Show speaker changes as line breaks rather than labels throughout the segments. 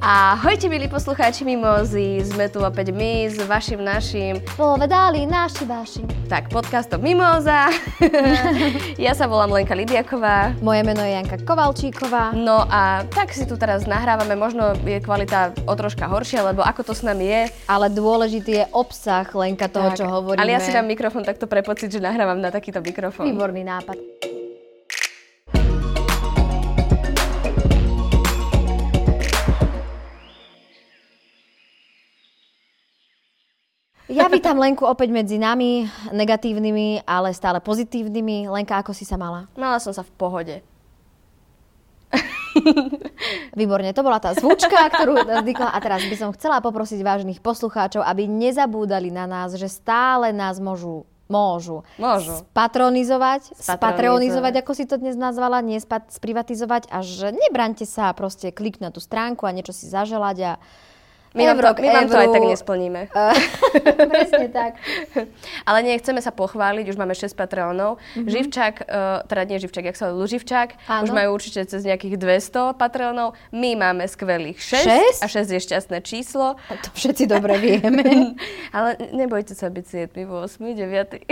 Ahojte milí poslucháči Mimozy, sme tu opäť my s vašim našim,
Povedali naši vaši.
tak podcastom Mimoza. ja sa volám Lenka Lidiaková.
Moje meno je Janka Kovalčíková.
No a tak si tu teraz nahrávame, možno je kvalita o troška horšia, lebo ako to s nami je.
Ale dôležitý je obsah Lenka toho,
tak,
čo hovoríme.
Ale ja si dám mikrofón takto pre pocit, že nahrávam na takýto mikrofón.
Výborný nápad. Ja vítam Lenku opäť medzi nami, negatívnymi, ale stále pozitívnymi. Lenka, ako si sa mala?
Mala som sa v pohode.
Výborne, to bola tá zvučka, ktorú vznikla. A teraz by som chcela poprosiť vážnych poslucháčov, aby nezabúdali na nás, že stále nás môžu Môžu.
Môžu.
Spatronizovať,
Spatronizovať.
spatronizovať, ako si to dnes nazvala, nie spat, sprivatizovať a že nebrante sa proste klik na tú stránku a niečo si zaželať a
My,
euro
vám, to,
k
my vám to aj
euru.
tak nesplníme.
Presne tak.
Ale nie, chceme sa pochváliť, už máme 6 patreónov. Mm-hmm. Živčak, uh, teda nie Živčak, jak sa volá, Luživčak,
Áno.
už majú určite cez nejakých 200 patreónov. My máme skvelých 6,
Šesť?
a 6 je šťastné číslo.
To všetci dobre vieme.
Ale nebojte sa byť 7, 8, 9.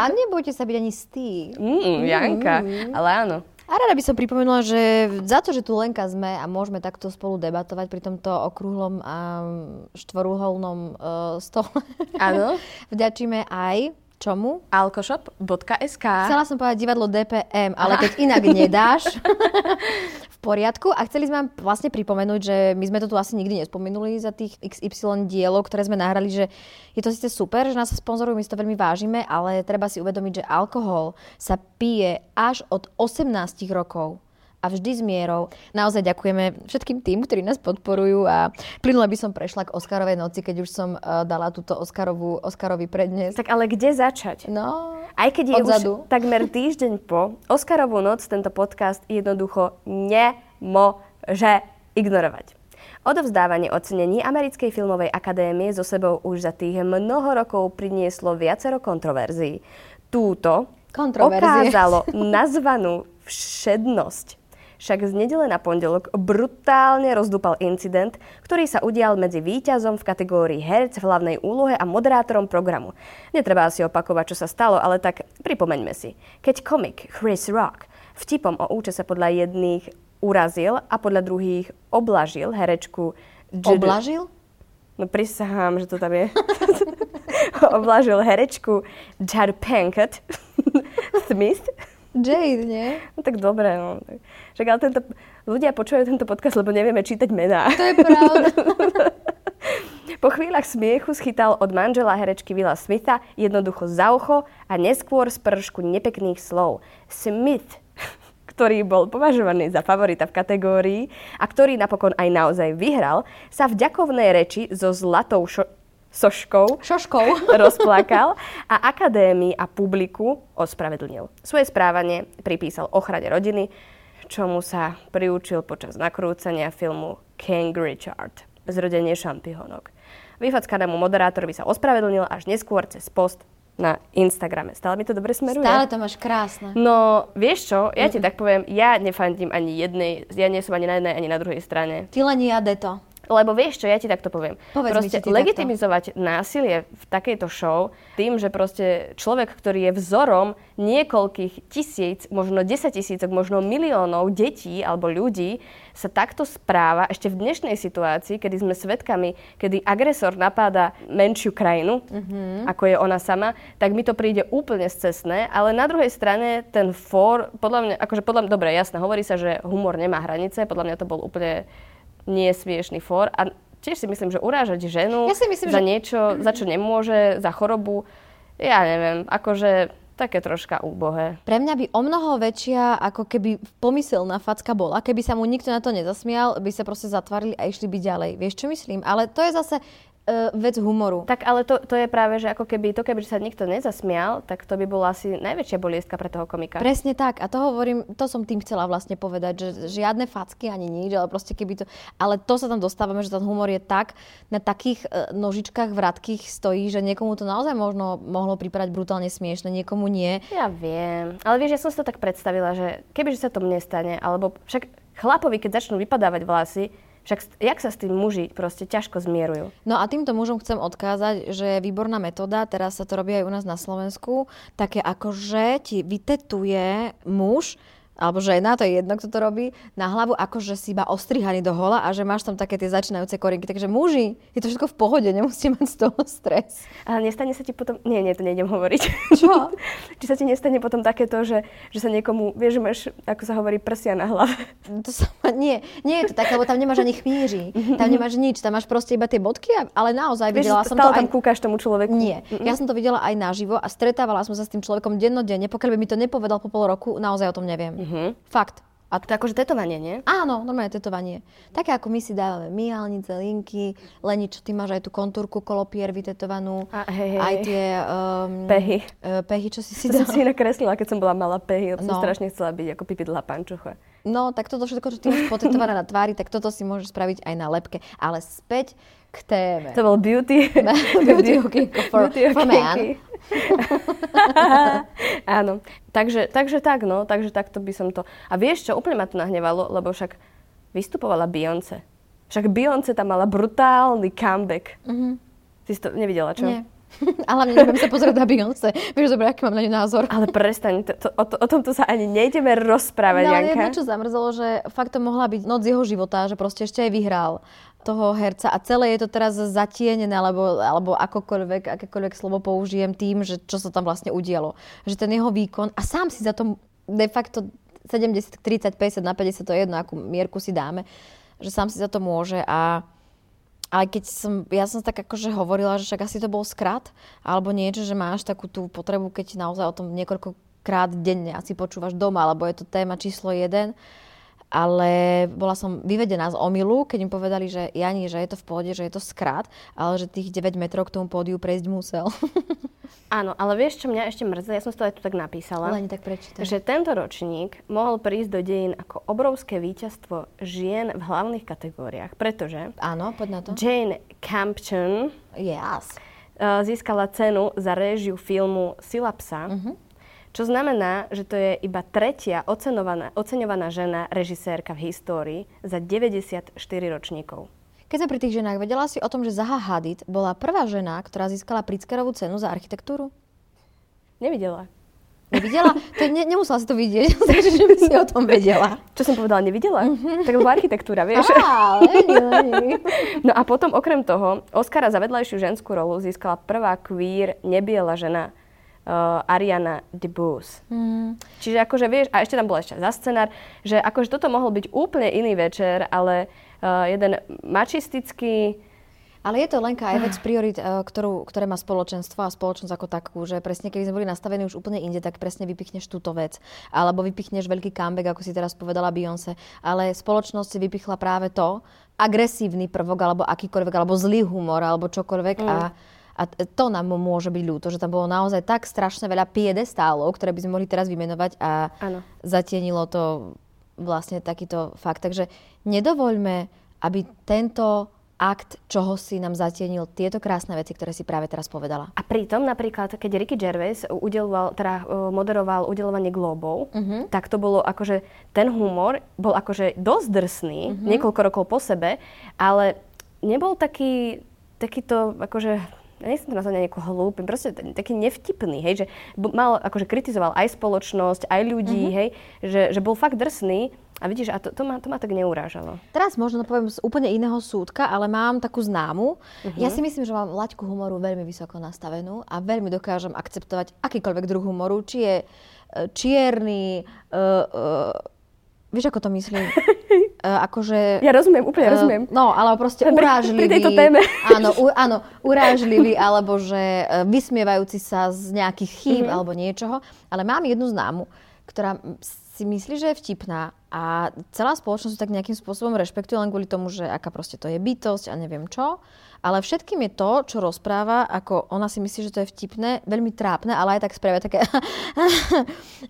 A nebojte sa byť ani z tých.
Mm, Janka, ale áno.
A rada by som pripomenula, že za to, že tu Lenka sme a môžeme takto spolu debatovať pri tomto okrúhlom a štvorúholnom uh, stole,
Áno,
vďačíme aj čomu?
alkoshop.sk
Chcela som povedať divadlo DPM, ale keď inak nedáš, v poriadku. A chceli sme vám vlastne pripomenúť, že my sme to tu asi nikdy nespomenuli za tých XY dielov, ktoré sme nahrali, že je to síce super, že nás sa sponzorujú, my si to veľmi vážime, ale treba si uvedomiť, že alkohol sa pije až od 18 rokov a vždy s mierou. Naozaj ďakujeme všetkým tým, ktorí nás podporujú a plynule by som prešla k Oscarovej noci, keď už som eh, dala túto Oscarovú, Oscarový prednes.
Tak ale kde začať?
No,
Aj keď je
Odzadu.
už takmer týždeň po, Oscarovú noc tento podcast jednoducho nemôže ignorovať. Odovzdávanie ocenení Americkej filmovej akadémie so sebou už za tých mnoho rokov prinieslo viacero kontroverzií. Túto
Kontroverzie.
okázalo nazvanú všednosť. Však z nedele na pondelok brutálne rozdúpal incident, ktorý sa udial medzi víťazom v kategórii herc v hlavnej úlohe a moderátorom programu. Netreba asi opakovať, čo sa stalo, ale tak pripomeňme si. Keď komik Chris Rock vtipom o účese podľa jedných urazil a podľa druhých oblažil herečku Judy-
oblažil?
No prisahám, že to tam je. oblažil herečku Jada Pinkett Smith.
Jade, nie?
No tak dobre, no. Však ale tento, ľudia počúvajú tento podcast, lebo nevieme čítať mená.
To je pravda.
Po chvíľach smiechu schytal od manžela herečky Willa Smitha jednoducho za ucho a neskôr z pršku nepekných slov. Smith, ktorý bol považovaný za favorita v kategórii a ktorý napokon aj naozaj vyhral, sa v ďakovnej reči so zlatou šo- soškou
Šoškou.
rozplakal a akadémii a publiku ospravedlnil. Svoje správanie pripísal ochrane rodiny, čomu sa priučil počas nakrúcania filmu King Richard, zrodenie šampihonok. Vyfackanému moderátorovi sa ospravedlnil až neskôr cez post na Instagrame. Stále mi to dobre smeruje?
Stále to Mhm. máš krásne.
No, vieš čo, ja ti tak poviem, ja nefandím ani jednej, ja nie som ani na jednej, ani na druhej strane.
Ty len ja deto.
Lebo vieš čo, ja ti takto poviem.
Povedz mi,
proste
či ty
legitimizovať násilie v takejto show tým, že proste človek, ktorý je vzorom niekoľkých tisíc, možno desať tisícok, možno miliónov detí alebo ľudí, sa takto správa ešte v dnešnej situácii, kedy sme svedkami, kedy agresor napáda menšiu krajinu, ako je ona sama, tak mi to príde úplne scesné, ale na druhej strane ten for, podľa mňa, akože podľa mňa, dobre, jasné, hovorí sa, že humor nemá hranice, podľa mňa to bol úplne nesmiešný for. A tiež si myslím, že urážať ženu
Ja si myslím,
za
že-
niečo, za čo nemôže, za chorobu, ja neviem, akože také troška úbohé.
Pre mňa by o mnoho väčšia, ako keby pomyselná facka bola, keby sa mu nikto na to nezasmial, by sa proste zatvarili a išli by ďalej. Vieš, čo myslím? Ale to je zase eh, vec humoru.
Tak ale to, to je práve, že ako keby to, keby sa nikto nezasmial, tak to by bola asi najväčšia boliestka pre toho komika.
Presne tak. A to hovorím, to som tým chcela vlastne povedať, že žiadne facky ani nič, ale proste keby to... Ale to sa tam dostávame, že ten humor je tak, na takých e, nožičkách vratkých stojí, že niekomu to naozaj možno mohlo pripadať brutálne smiešne, niekomu nie.
Ja viem, ale vieš, ja som si to tak predstavila, že kebyže sa to mne stane, alebo však chlapovi, keď začnú vypadávať vlasy, Však st- jak sa s tým muži proste ťažko zmierujú?
No a týmto mužom chcem odkázať, že je výborná metóda, teraz sa to robí aj u nás na Slovensku, také ako, že ti vytetuje muž, alebo žena, to je jedno, kto to robí, na hlavu, ako že si iba ostrihaný do hola a že máš tam také tie začínajúce korinky. Takže muži, je to všetko v pohode, nemusíte mať z toho stres.
Ale nestane sa ti potom... Nie, nie, to nejdem hovoriť.
Čo?
Či sa ti nestane potom takéto, že, že sa niekomu... Vieš, že máš, ako sa hovorí, prsia na hlave.
To sa, ma- nie, nie je to tak, lebo tam nemáš ani chmíži, tam nemáš nič, tam máš proste iba tie bodky, a- ale
Mhm.
naozaj
Vieš,
videla
že
som to
stále
aj...
tam kúkaš tomu človeku.
Nie, ja som to videla aj naživo a stretávala som sa s tým človekom dennodenne, pokiaľ by mi to nepovedal po pol roku, naozaj o tom neviem.
Mhm.
Fakt.
A to je akože tetovanie, nie?
Áno, normálne tetovanie. Také ako my si dávame miálnice, linky, Leni, čo ty máš aj tú kontúrku kolopier vytetovanú,
A hej, hej,
aj
hej.
tie um,
Pehy.
eh, pehy, čo si si
To som
dala.
si nakreslila, keď som bola malá pehy, lebo som
No.
strašne chcela byť ako pipidlá pančucha.
No, tak toto všetko, čo ty máš potetované na tvári, tak toto si môžeš spraviť aj na lepke. Ale späť k téme.
To bol beauty.
Beauty okienko for-
Beauty
for man.
okienky. Áno. Takže, takže tak, no. Takže takto by som to... A vieš čo, úplne ma to nahnevalo, lebo však vystupovala Beyoncé. Však Beyoncé tam mala brutálny comeback. Ty si to nevidela, čo?
Mhm. Nie. A hlavne nebudem sa pozerať na Beyoncé. Vieš dobre, aký mám na ňu názor.
Ale prestaň, to, to, o, to, o tomto sa ani nejdeme rozprávať,
No,
Janka.
ale jedno, čo zamrzelo, že fakt to mohla byť noc jeho života, že proste ešte aj vyhral toho herca a celé je to teraz zatienené, alebo, alebo akokoľvek, akékoľvek slovo použijem tým, že čo sa tam vlastne udialo. Že ten jeho výkon a sám si za to de facto 70, 30, 50 na 50, to je jedno, akú mierku si dáme, že sám si za to môže a ale keď som, ja som tak akože hovorila, že však asi to bol skrat, alebo niečo, že máš takú tú potrebu, keď naozaj o tom niekoľko krát denne asi počúvaš doma, lebo je to téma číslo jeden. Ale bola som vyvedená z omilu, keď im povedali, že Jani, že je to v pohode, že je to skrat, ale že tých 9 metrov k tomu pódiu prejsť musel.
Áno, ale vieš, čo mňa ešte mrzí? Ja som si to aj tu tak napísala.
Len tak prečítam.
že tento ročník mohol prísť do dejín ako obrovské víťazstvo žien v hlavných kategóriách, pretože
Áno, poď na to.
Jane Campton
Yes.
eh, získala cenu za réžiu filmu Sila psa,
Mhm.
čo znamená, že to je iba tretia ocenovaná, oceňovaná žena režisérka v histórii za 94 ročníkov.
Keď sme pri tých ženách, vedela si o tom, že Zaha Hadid bola prvá žena, ktorá získala Pritzkerovú cenu za architektúru?
Nevidela.
Nevidela? To ne, nemusela si to vidieť, že by si o tom vedela.
Čo som povedala, nevidela?
Mhm.
Tak lebo architektúra, vieš?
Á, Leni, Leni.
No a potom okrem toho, Oscara za vedľajšiu ženskú rolu získala prvá queer nebiela žena uh, Ariana DeBose.
Mm,
Čiže akože vieš, a ešte tam bola ešte za scenár, že akože toto mohol byť úplne iný večer, ale uh, jeden mačistický,
Ale je to Lenka aj vec priorit, e, ktorú, ktoré má spoločenstvo a spoločnosť ako takú, že presne keby sme boli nastavení už úplne inde, tak presne vypichneš túto vec. Alebo vypichneš veľký comeback, ako si teraz povedala Beyoncé. Ale spoločnosť si vypichla práve to, agresívny prvok, alebo akýkoľvek, alebo zlý humor, alebo čokoľvek. A, a t- to nám môže byť ľúto, že tam bolo naozaj tak strašne veľa piedestálov, ktoré by sme mohli teraz vymenovať a
Áno.
zatienilo to vlastne takýto fakt. Takže nedovoľme, aby tento akt, čoho si nám zatienil tieto krásne veci, ktoré si práve teraz povedala.
A pritom napríklad, keď Ricky Gervais udeloval, teda eh, moderoval udelovanie globov, tak to bolo akože, ten humor bol akože dosť drsný, niekoľko rokov po sebe, ale nebol taký, takýto akože, ja nechcem to nazvať nejako hlúpy, proste t- taký nevtipný, hej, že bu- mal, akože kritizoval aj spoločnosť, aj ľudí, hej, že, že bol fakt drsný a vidíš, a to, to, ma, to ma tak neurážalo.
Teraz možno to poviem z úplne iného súdka, ale mám takú známu. Ja si myslím, že mám laťku humoru veľmi vysoko nastavenú a veľmi dokážem akceptovať akýkoľvek druh humoru, či je e, čierny, uh, uh, vieš ako to myslím? Uh, akože...
Ja rozumiem, úplne rozumiem.
Eh, No, ale proste
Pri- pri
urážlivý.
tejto téme.
Áno, u, áno, urážlivý, alebo že eh, vysmievajúci sa z nejakých chýb
Mhm.
alebo niečoho. Ale mám jednu známu, ktorá m- si myslí, že je vtipná a celá spoločnosť ju tak nejakým spôsobom rešpektuje len kvôli tomu, že aká proste to je bytosť a neviem čo. Ale všetkým je to, čo rozpráva, ako ona si myslí, že to je vtipné, veľmi trápne, ale aj tak spravia také...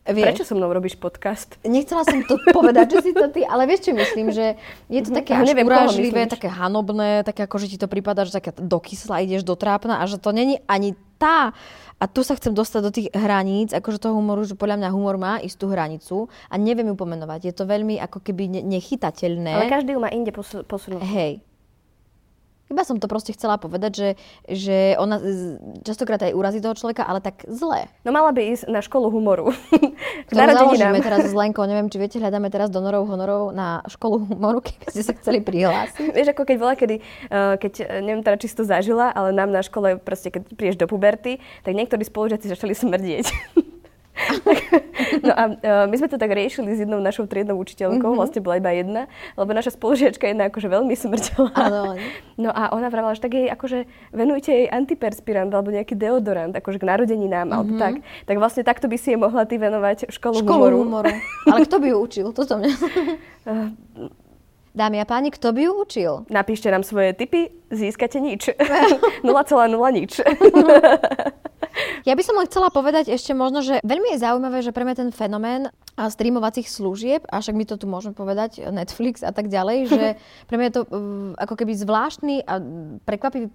Vieš?
Prečo so mnou robíš podcast?
Nechcela som to povedať, že si to ty, ale vieš čo myslím, že je to také
Mhm. Ja
až
neviem, koho
urážlivé,
myslíš.
také hanobné, také ako, že ti to prípada, že také do kysla ideš do trápna a že to není ani tá. A tu sa chcem dostať do tých hraníc, akože toho humoru, že podľa mňa humor má istú hranicu a neviem ju pomenovať. Je to veľmi ako keby ne- nechytateľné.
Ale každý ju má inde posu- posunúť.
Hej. Iba som to proste chcela povedať, že, že ona z- častokrát aj urazí toho človeka, ale tak zle.
No mala by ísť na školu humoru. K
Ktorú založíme
narodeninám.
teraz s Lenkou, neviem, či viete, hľadáme teraz donorov, honorov na školu humoru, keby ste sa chceli prihlásiť.
Vieš, ako keď bola, kedy, eh, keď, eh, neviem teda, či si to zažila, ale nám na škole, proste, keď prídeš do puberty, tak niektorí spolužiaci začali smrdieť. Tak- no a eh, my sme to tak riešili s jednou našou triednou učiteľkou,
Mhm.
vlastne bola iba jedna, lebo naša spolužiačka jedna akože veľmi smrdela.
Áno.
No a ona vravela, že tak jej akože venujte jej antiperspirant alebo nejaký deodorant, akože k narodeninám alebo tak. Tak vlastne takto by si jej mohla ty venovať školu,
Mhm. Školu
humoru.
humoru. Ale kto by ju učil? Toto mňa... Dámy a páni, kto by ju učil?
Napíšte nám svoje tipy, získate nič. 0,0 nič.
Ja by som len chcela povedať ešte možno, že veľmi je zaujímavé, že pre mňa ten fenomén a streamovacích služieb, a však my to tu môžeme povedať, Netflix a tak ďalej, že pre mňa je to uh, ako keby zvláštny a mm, prekvapivý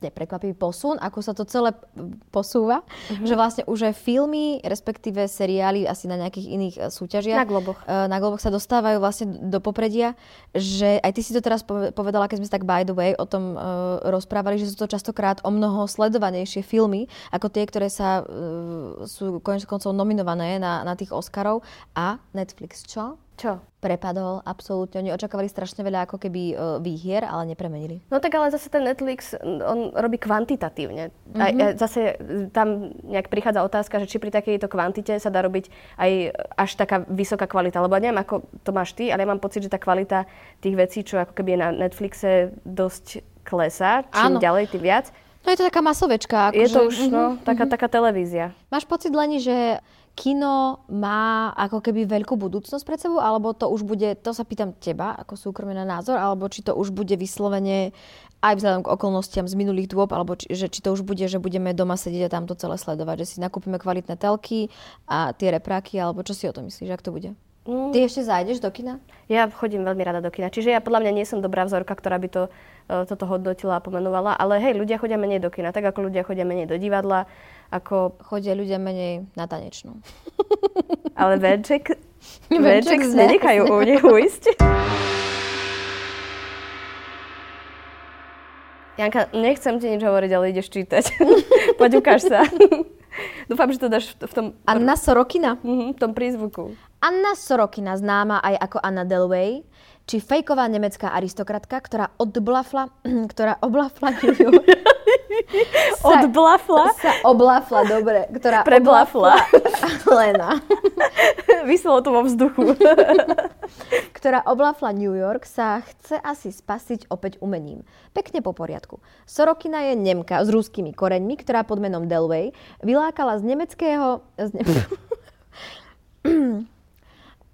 neprekvapivý posun, ako sa to celé mm, posúva,
Mhm.
že vlastne už aj filmy, respektíve seriály asi na nejakých iných eh, súťažiach.
Na Globoch.
eh, Na Globoch sa dostávajú vlastne do popredia, že aj ty si to teraz pove- povedala, keď sme sa tak by the way o tom eh, rozprávali, že sú to častokrát o mnoho sledovanejšie filmy, ako tie, ktoré sa eh, sú konec koncov nominované na, na tých Oscarov a Netflix, čo?
Čo?
Prepadol, absolútne. Oni očakávali strašne veľa ako keby eh, výhier, ale nepremenili.
No tak ale zase ten Netflix, on robí kvantitatívne. Mm-hmm. A a zase tam nejak prichádza otázka, že či pri takejto kvantite sa dá robiť aj až taká vysoká kvalita. Lebo ja neviem, ako to máš ty, ale ja mám pocit, že tá kvalita tých vecí, čo ako keby je na Netflixe, dosť klesá. Čím
Áno.
ďalej, tým viac.
No je to taká masovečka. akože-
Je
Mhm. Ako
to
že-
už no, taká, taká televízia.
Máš pocit, Leni, že kino má ako keby veľkú budúcnosť pred sebou, alebo to už bude, to sa pýtam teba ako súkromne na názor, alebo či to už bude vyslovene aj vzhľadom k okolnostiam z minulých dôb, alebo či, že, či to už bude, že budeme doma sedieť a tam to celé sledovať, že si nakúpime kvalitné telky a tie repráky, alebo čo si o to myslíš, ak to bude?
Mm.
Ty ešte zájdeš do kina?
Ja chodím veľmi rada do kina, čiže ja podľa mňa nie som dobrá vzorka, ktorá by to, e, toto hodnotila a pomenovala, ale hej, ľudia chodia menej do kina, tak ako ľudia chodia menej do divadla, ako
Chodia ľudia menej na tanečnú.
Ale venček,
Venček
venček
zne.
nenechajú u nich ujsť. Janka, nechcem ti nič hovoriť, ale ideš čítať. Poď ukáž sa. Dúfam, že to dáš v- v tom,
Anna Sorokina.
mhm, v tom prízvuku.
Anna Sorokina, známa aj ako Anna Delvey, či fejková nemecká aristokratka, ktorá odblafla, ktorá oblafla New York, sa,
Odblafla,
sa oblafla, dobre, ktorá
Preblafla.
oblafla- Lena,
vyselo to vo vzduchu.
ktorá oblafla New York, sa chce asi spasiť opäť umením. Pekne po poriadku. Sorokina je Nemka s ruskými koreňmi, ktorá pod menom Delvey vylákala z nemeckého... Z ne-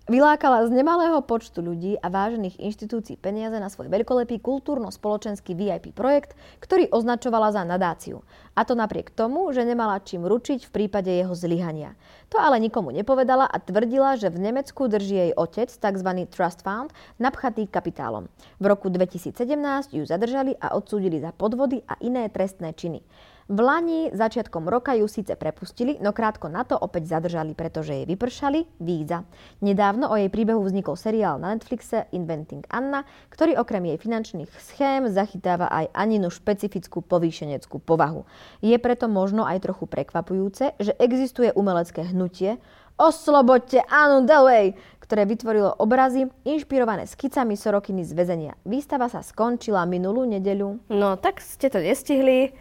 Vylákala z nemalého počtu ľudí a vážených inštitúcií peniaze na svoj veľkolepý kultúrno-spoločenský VIP projekt, ktorý označovala za nadáciu. A to napriek tomu, že nemala čím ručiť v prípade jeho zlyhania. To ale nikomu nepovedala a tvrdila, že v Nemecku drží jej otec, tzv. Trust Fund, napchatý kapitálom. V roku 2017 ju zadržali a odsúdili za podvody a iné trestné činy. V Lani začiatkom roka ju síce prepustili, no krátko na to opäť zadržali, pretože jej vypršali víza. Nedávno o jej príbehu vznikol seriál na Netflixe Inventing Anna, ktorý okrem jej finančných schém zachytáva aj Aninu špecifickú povýšeneckú povahu. Je preto možno aj trochu prekvapujúce, že existuje umelecké hnutie Oslobodte Anu Delvey, ktoré vytvorilo obrazy inšpirované skicami Sorokiny z väzenia. Výstava sa skončila minulú nedeľu.
No, tak ste to nestihli.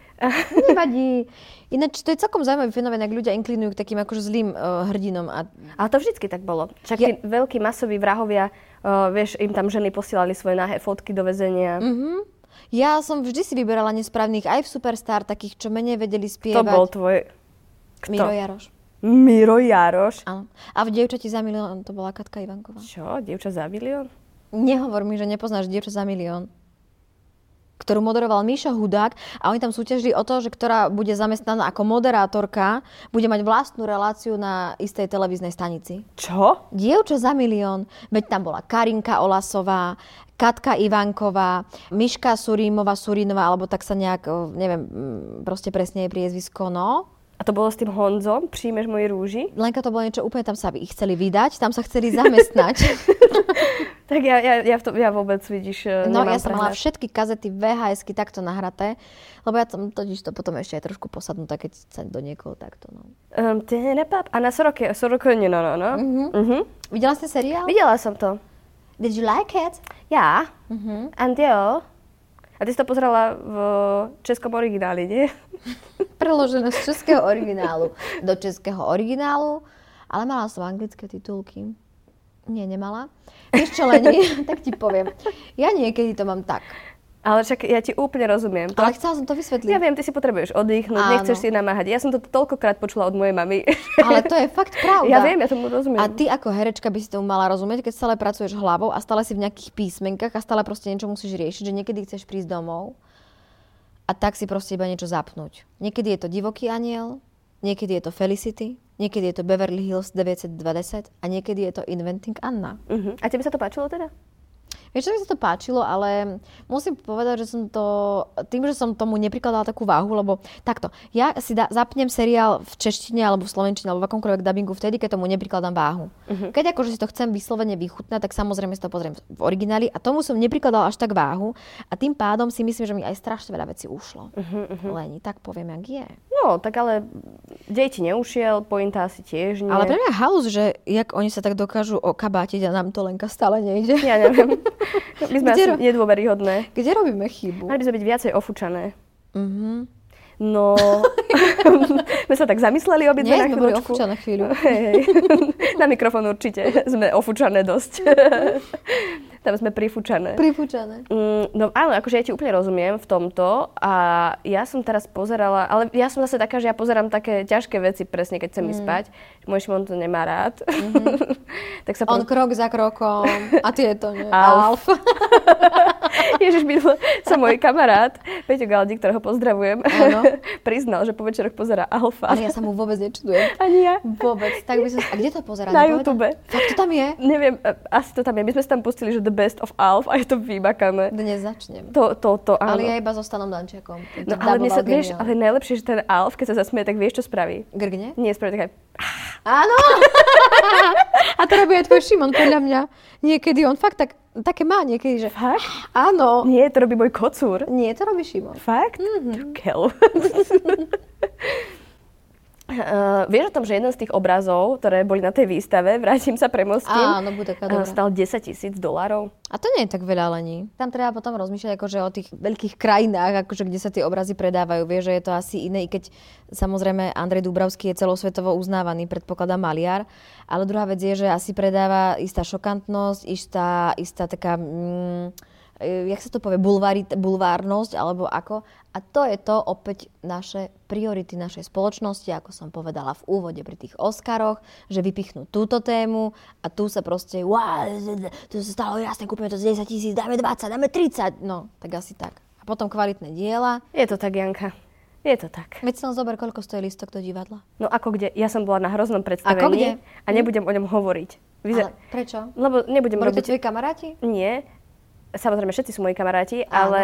Nevadí. Ináč to je celkom zaujímavý fenomén, ak ľudia inklinujú k takým akože zlým uh, hrdinom. A...
Ale to vždycky tak bolo. Však tí veľkí masoví vrahovia, uh, vieš, im tam ženy posielali svoje nahé fotky do väzenia.
Mhm. Ja som vždy si vyberala nesprávnych aj v Superstar, takých, čo menej vedeli
To
spievať.
bol tvoj...
Miro Jaroš.
Miro Jaroš.
Áno. A v Dievčati za milión to bola Katka Ivanková.
Čo, dievča za milión?
Nehovor mi, že nepoznáš Dievča za milión. ktorú moderoval Míša Hudák a oni tam súťažili o to, že ktorá bude zamestnaná ako moderátorka, bude mať vlastnú reláciu na istej televíznej stanici.
Čo?
Dievča za milión, veď tam bola Karinka Olasová, Katka Ivanková, Miška Surímová, Surínová, alebo tak sa nejak, eh, neviem, mm, proste presne jej priezvisko, no.
A to bolo s tým Honzom? Príjmeš moje rúži?
Lenka to bolo niečo úplne, tam sa ich chceli vydať, tam sa chceli zamestnať.
Tak ja, ja, ja, v to, ja vôbec, vidíš, e,
No
nemám
ja som mala
prehľad.
všetky kazety VHSky takto nahraté, lebo ja som totiž to potom ešte aj trošku posadnutá, keď sa do niekoho takto. No.
Um, ten pap. A na Soroke, Soroke, no, no, no.
Mhm.
Mhm.
Videla ste seriál?
Videla som to.
Did you like it?
Ja.
Mhm.
And jo. A ty si to pozerala v českom origináli, nie?
Preložené z českého originálu do českého originálu, ale mala som anglické titulky. Nie, nemala. Vieš čo, Leni, tak ti poviem. Ja niekedy to mám tak,
Ale však ja ti úplne rozumiem. To,
ale chcela som to vysvetliť.
ja viem, ty si potrebuješ oddychnúť,
Áno.
nechceš si namáhať. Ja som to toľkokrát počula od mojej mamy.
Ale to je fakt pravda.
Ja viem, ja tomu rozumiem.
A ty ako herečka by si tomu mala rozumieť, keď stále pracuješ hlavou a stále si v nejakých písmenkách a stále proste niečo musíš riešiť, že niekedy chceš prísť domov a tak si proste iba niečo zapnúť. Niekedy je to divoký aniel, niekedy je to Felicity, niekedy je to Beverly Hills 920 a niekedy je to Inventing Anna.
Mhm. A tebe sa to páčilo teda?
Vieš, čo mi sa to páčilo, ale musím povedať, že som to, tým, že som tomu neprikladala takú váhu, lebo takto, ja si da, zapnem seriál v češtine alebo v slovenčine alebo v akomkoľvek dubbingu vtedy, keď tomu neprikladám váhu.
Mhm.
Keď akože si to chcem vyslovene vychutnať, tak samozrejme si to pozriem v origináli a tomu som neprikladala až tak váhu a tým pádom si myslím, že mi aj strašne veľa vecí ušlo.
Mhm,
Leni, tak poviem, jak je.
No, tak ale deti neušiel, pointa asi tiež nie.
Ale pre mňa je halus, že jak oni sa tak dokážu okabátiť a nám to Lenka stále nejde.
Ja neviem. My sme
Kde
asi
ro-
nedôveryhodné.
Kde robíme chybu?
Mali by sme byť viacej ofúčané.
Mhm.
No, my sa tak zamysleli obidve na
Nie, sme boli
chvíľočku.
ofúčané chvíľu.
Hej, hej. na mikrofón určite sme ofúčané dosť. Tam sme prifúčané.
Pripúčané.
Mm, No áno, akože ja ti úplne rozumiem v tomto a ja som teraz pozerala, ale ja som zase taká, že ja pozerám také ťažké veci presne, keď chcem ísť
Mhm.
spať. Môj Šimon to nemá rád. tak sa
On
poz-
krok za krokom a tieto, nie?
Alf.
Alf.
Ježiš, minule sa môj kamarát, Peťo Galdi, ktorého pozdravujem,
Áno.
priznal, že po večeroch pozera Alfa.
Ale ja sa mu vôbec nečudujem.
Ani ja.
Vôbec. Tak by som... A kde to pozerá?
Na
Nepovedal?
YouTube.
Fakt to tam je?
Neviem, e, asi to tam je. My sme si tam pustili, že The Best of Alf a je to vymakané.
Dnes začnem.
To, to, to, áno.
Ale ja iba zostanom Dančiakom.
no, ale, mne sa, vieš, ale No. najlepšie, že ten Alf, keď sa zasmeje, tak vieš, čo spraví.
Grgne?
Nie, spraví také,
Áno! a to robí aj tvoj Šimon, podľa mňa. Niekedy on fakt tak, také má niekedy, že...
fakt?
Áno.
Nie, to robí môj kocúr.
Nie, to robí Šimon.
Fakt? Mm-hmm. Kel. Uh, vieš o tom, že jeden z tých obrazov, ktoré boli na tej výstave, vrátim sa premostím,
Áno, bude taká
eh,
dobrá.
stal 10 tisíc dolárov.
A to nie je tak veľa lení. Tam treba potom rozmýšľať akože o tých veľkých krajinách, akože kde sa tie obrazy predávajú. Vie, že je to asi iné, i keď samozrejme Andrej Dubravský je celosvetovo uznávaný, predpokladá maliar. Ale druhá vec je, že asi predáva istá šokantnosť, istá, istá taká... Mm, e, jak sa to povie, bulvárit, bulvárnosť alebo ako. A to je to opäť naše priority našej spoločnosti, ako som povedala v úvode pri tých Oscaroch, že vypichnú túto tému a tu sa proste, wow, to sa stalo jasne, kúpime to za 10 tisíc, dáme 20, dáme 30, no, tak asi tak. A potom kvalitné diela.
Je to tak, Janka. Je to tak.
Veď si len zober, koľko stojí listok do divadla.
No ako kde? Ja som bola na hroznom predstavení
Ako kde?
a nebudem o ňom hovoriť. Vyzer-
Ale prečo?
Lebo nebudem
Boli to
robiť...
tvoji kamaráti?
Nie. Samozrejme, všetci sú moji kamaráti,
Áno.
ale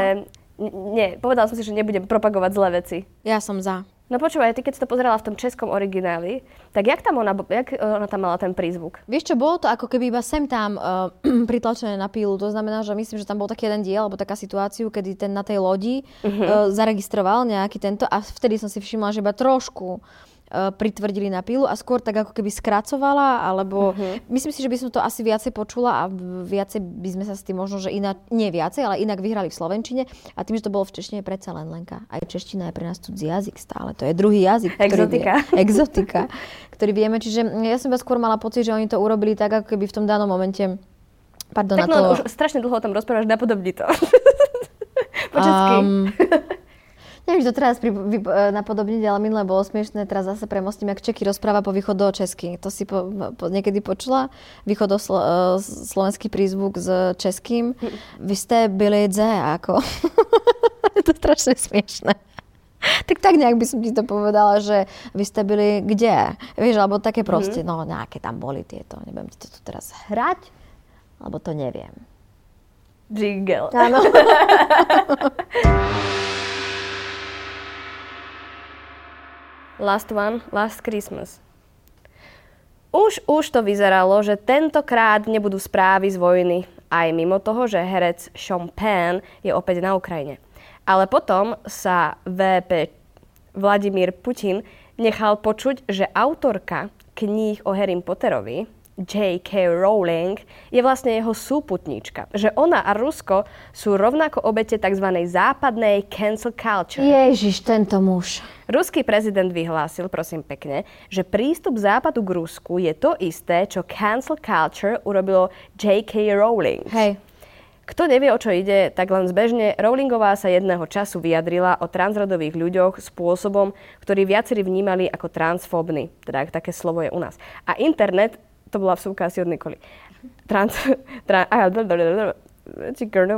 n- nie, povedala som si, že nebudem propagovať zlé veci.
Ja som za.
No počúvaj, ty keď si to pozerala v tom českom origináli, tak jak tam ona, bo- jak eh, ona tam mala ten prízvuk?
Vieš čo, bolo to ako keby iba sem tam uh, pritlačené na pílu. To znamená, že myslím, že tam bol taký jeden diel, alebo taká situáciu, kedy ten na tej lodi uh, zaregistroval nejaký tento a vtedy som si všimla, že iba trošku uh, pritvrdili na pílu a skôr tak ako keby skracovala, alebo myslím si, že by som to asi viacej počula a v- viacej by sme sa s tým možno, že inak, nie viacej, ale inak vyhrali v Slovenčine a tým, že to bolo v Češtine, predsa len Lenka. Aj čeština je pre nás cudzí jazyk stále, to je druhý jazyk. ktorý vie-
Exotika.
exotika, ktorý vieme. Čiže ja som iba skôr mala pocit, že oni to urobili tak, ako keby v tom danom momente... Pardon,
tak
na
no,
to...
už strašne dlho o tom rozprávaš, napodobni to. po česky.
Ehm, Neviem, či to teraz pri, vy, e, napodobniť, ale minulé bolo smiešné, teraz zase premostím, ak Čeky rozpráva po východo česky. To si po, po, niekedy počula? Východo slo, uh, slovenský prízvuk s českým. Vy ste byli dze, ako. je to strašne smiešné. tak tak nejak by som ti to povedala, že vy ste byli kde? Vieš, alebo také proste, mm. no nejaké tam boli tieto, neviem ti to tu teraz hrať, lebo to neviem.
Jingle.
Áno.
last one, last Christmas. Už, už to vyzeralo, že tentokrát nebudú správy z vojny, aj mimo toho, že herec Sean Penn je opäť na Ukrajine. Ale potom sa VP Vladimír Putin nechal počuť, že autorka kníh o Harry Potterovi, J.K. Rowling, je vlastne jeho súputníčka. Že ona a Rusko sú rovnako obete tzv. západnej cancel culture.
Ježiš, tento muž.
Ruský prezident vyhlásil, prosím pekne, že prístup západu k Rusku je to isté, čo cancel culture urobilo J.K. Rowling.
Hej.
Kto nevie, o čo ide, tak len zbežne Rowlingová sa jedného času vyjadrila o transrodových ľuďoch spôsobom, ktorý viacerí vnímali ako transfóbny. Teda také slovo je u nás. A internet, to bola vsúka asi od Nikoli. Trans, tra, aha, no.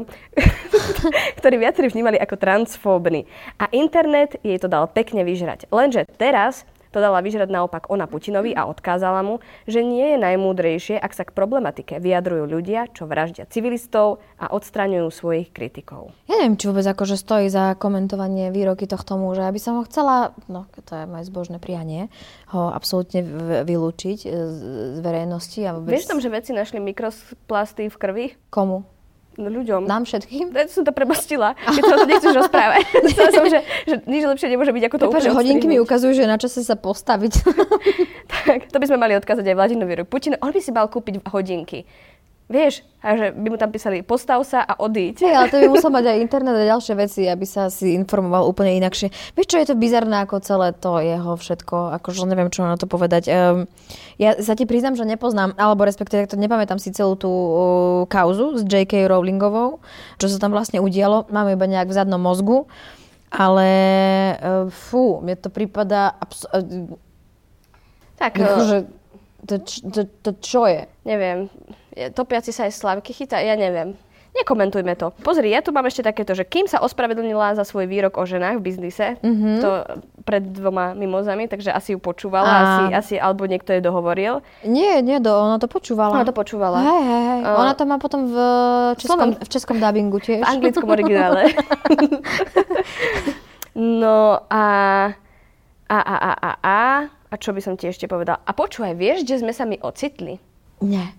ktorý viacerí vnímali ako transfóbny. A internet jej to dal pekne vyžrať. Lenže teraz to dala vyžrať naopak ona Putinovi a odkázala mu, že nie je najmúdrejšie, ak sa k problematike vyjadrujú ľudia, čo vraždia civilistov a odstraňujú svojich kritikov.
Ja neviem, či vôbec akože stojí za komentovanie výroky tohto muža. Ja by som ho chcela, no to je moje zbožné prianie, ho absolútne vylúčiť e, z verejnosti. A vôbec...
Vieš tam, že veci našli mikroplasty v krvi?
Komu?
No, ľuďom.
Nám všetkým?
Ja som to premostila, keď som to nechceš rozprávať. Chcela som, že, že nič lepšie nemôže byť ako to
Prepač,
úplne
hodinky mi
odstrihnúť.
ukazujú, že je na čase sa postaviť.
tak, to by sme mali odkázať aj Vladimíru Putinu. On by si mal kúpiť hodinky. Vieš, a že by mu tam písali postav sa a odíď.
Hej, ale to by musel mať aj internet a ďalšie veci, aby sa si informoval úplne inakšie. Vieš, čo je to bizarné ako celé to jeho všetko, akože neviem, čo na to povedať. Ehm, ja sa ti priznam, že nepoznám, alebo respektíve to nepamätám si celú tú uh, kauzu s J.K. Rowlingovou, čo sa tam vlastne udialo, máme iba nejak v zadnom mozgu, ale uh, fú, mne to prípada abs- uh,
Tak, eh,
akože, to, č- to, to čo je?
neviem, je- topiaci sa aj slavky chytá, ja neviem. Nekomentujme to. Pozri, ja tu mám ešte takéto, že kým sa ospravedlnila za svoj výrok o ženách v biznise, mm-hmm. to pred dvoma mimozami, takže asi ju počúvala,
Á.
asi, asi, alebo niekto jej dohovoril.
Nie, nie, do, ona to počúvala.
Ona to počúvala.
Hej, hej, hej.
Eh,
Ona to má potom v českom, v českom dubbingu tiež.
V anglickom originále. no a... A, a, a, a, a... A čo by som ti ešte povedal? A počúvaj, vieš, kde sme sa my ocitli?
Nie.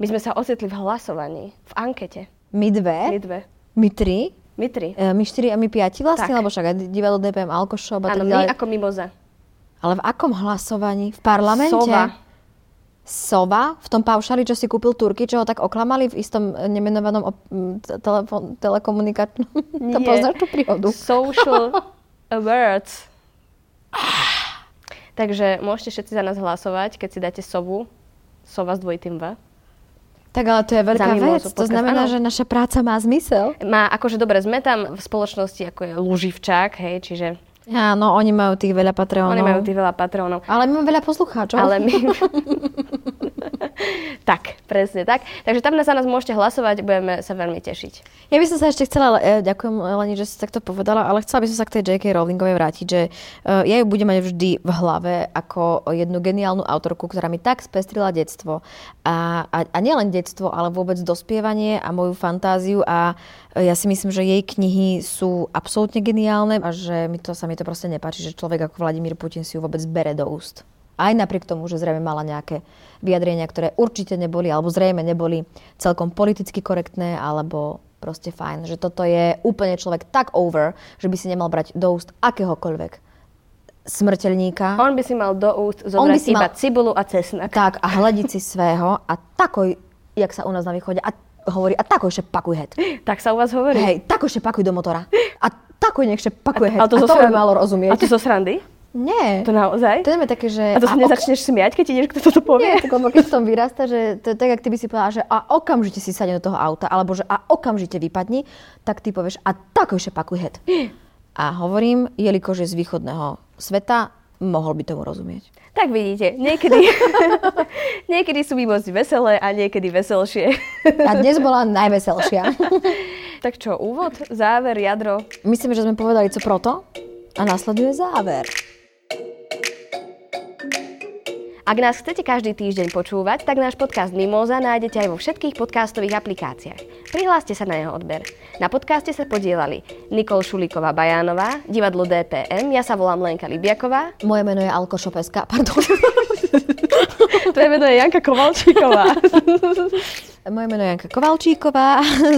My sme sa ocitli v hlasovaní, v ankete.
My dve,
My dve.
my tri,
My tri.
e, my štyri a my piati vlastne,
Tak.
lebo však aj divadlo DPM, Alkošob a tak
Áno, my
ďalej.
ako mimoza.
Ale v akom hlasovaní? V parlamente?
Sova.
Sova? V tom paušali, čo si kúpil Turky, čo ho tak oklamali v istom e, nemenovanom op- m, te- telefon- telekomunikačnom. to
Nie.
poznáš tú príhodu.
Social awards. Takže môžete všetci za nás hlasovať, keď si dáte sovu. Sova s dvojitým V.
Tak ale to je veľká
Za mimozu
vec. To
podcast, áno.
znamená, že naša práca má zmysel.
Má, akože dobre, sme tam v spoločnosti, ako je Luživčák, hej, čiže
Áno, oni majú tých veľa Patreonov.
oni majú tých veľa patrónov.
Ale my máme veľa poslucháčov.
no. Ale my... tak, presne tak. Takže tam sa nás môžete hlasovať, budeme sa veľmi tešiť.
Ja by som sa ešte chcela, e, ďakujem Leni, že si takto povedala, ale chcela by som sa k tej J.K. Rowlingovej vrátiť, že e, ja ju budem mať vždy v hlave ako jednu geniálnu autorku, ktorá mi tak spestrila detstvo. A, a, a nielen detstvo, ale vôbec dospievanie a moju fantáziu a e, ja si myslím, že jej knihy sú absolútne geniálne a že mi to, sa mi to proste nepáči, že človek ako Vladimír Putin si ju vôbec bere do úst. Aj napriek tomu, že zrejme mala nejaké vyjadrenia, ktoré určite neboli, alebo zrejme neboli celkom politicky korektné, alebo proste fajn. Že toto je úplne človek tak over, že by si nemal brať do úst akéhokoľvek smrteľníka.
On by si mal do úst
On by
zobrať
si
iba
mal-
cibulu a cesnak.
Tak a hľadiť si svého a takoj, jak sa u nás na východe, a hovorí, a takoj, že pakuj het.
Tak sa u vás hovorí.
Hej, takoj, že pakuj do motora. A takoj, nech že pakuj het. A to,
zo
by
srandy-
malo rozumieť.
A to zo srandy?
Nie.
To naozaj?
To je také, že...
A to sa
ok-
nezačneš smiať, keď ideš, kto toto povie?
Nie, tak lebo keď v tom vyrasta, že to je tak, ak ty by si povedala, že a okamžite si sadne do toho auta, alebo že a okamžite vypadni, tak ty povieš a tak ešte pakuj het. A hovorím, jelikož je z východného sveta, mohol by tomu rozumieť.
Tak vidíte, niekedy, niekedy sú výmozdy veselé a niekedy veselšie.
A dnes bola najveselšia.
tak čo, úvod, záver, jadro?
Myslím, že sme povedali, co proto. A nasleduje záver.
Ak nás chcete každý týždeň počúvať, tak náš podcast Mimoza nájdete aj vo všetkých podcastových aplikáciách. Prihláste sa na jeho odber. Na podcaste sa podielali Nikol Šulíková-Bajánová, divadlo DPM, ja sa volám Lenka Libiaková,
Moje meno je Alko Šopeska, pardon.
tvoje meno je Janka Kovalčíková.
Moje meno je Janka Kovalčíková.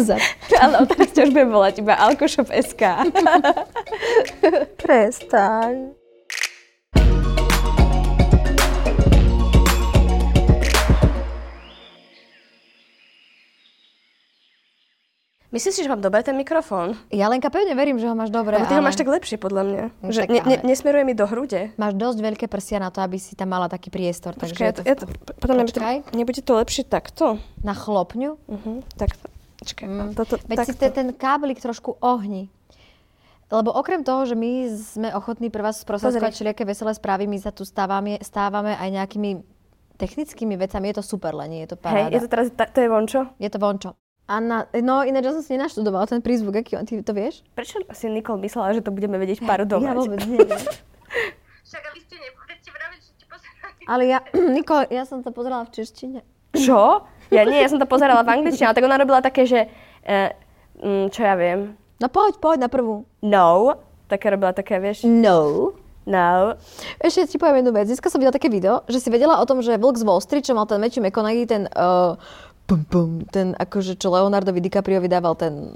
Za...
Ale od teraz ťa už budem volať iba Alkošop SK.
Prestaň.
Myslíš si, že mám dobre ten mikrofón?
Ja Lenka pevne verím, že ho máš dobre,
Lebo ty ho
ale
máš tak lepšie, podľa mňa.
No
Že
tak
ne, ne,
ale-
nesmeruje mi do hrude.
máš dosť veľké prsia na to, aby si tam mala taký priestor.
Počkaj,
takže
ja
je
to,
to
ja to, podľa mňa by to,
Počkaj.
nebude to lepšie takto?
na chlopňu.
Mhm, tak, počkaj,
Mm.
toto,
Veď si
takto.
te, ten káblik trošku ohni. Lebo okrem toho, že my sme ochotní pre vás sprostredkovať
Pozri.
všelijaké veselé správy, my sa tu stávame, stávame aj nejakými technickými vecami. Je to super, Leni, je to
Hej,
paráda.
je to teraz, ta- to je vončo?
je to vončo. Anna, no ináč ja som si nenaštudovala ten prízvuk, aký on, ty to vieš?
Prečo si Nikol myslela, že to budeme vedieť parodovať?
Ja vôbec neviem.
Však ale ste ne, veď ste vravili, že ste pozerali.
Ale ja, Nikol, ja som to pozerala v češtine.
Čo? Ja nie, ja som to pozerala v angličtine, ale tak ona robila také, že... eh, mm, čo ja viem?
No poď, poď na prvú.
No. Také robila také, vieš?
No.
No.
Ešte ti poviem jednu vec. Dneska som videla také video, že si vedela o tom, že Vlk z Wall Street, čo mal ten Matthew McConaughey, ten, uh, pum, pum, ten akože, čo Leonardovi DiCaprio vydával ten,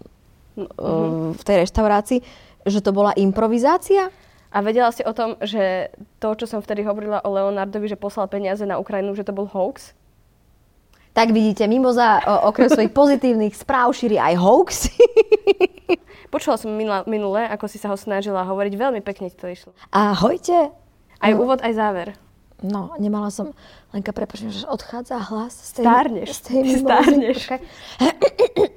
Mhm.
uh, v tej reštaurácii, že to bola improvizácia?
A vedela si o tom, že to, čo som vtedy hovorila o Leonardovi, že poslal peniaze na Ukrajinu, že to bol hoax?
Tak vidíte, Mimoza o, okrem svojich pozitívnych správ šíri aj hoaxy.
Počula som minula, minule, ako si sa ho snažila hovoriť, veľmi pekne ti to išlo.
Ahojte.
Aj úvod, aj záver.
No, nemala som... Lenka, prepáčim, že odchádza hlas z tej...
Stárneš.
Z tej mimozy.
Stárneš.
Počkaj.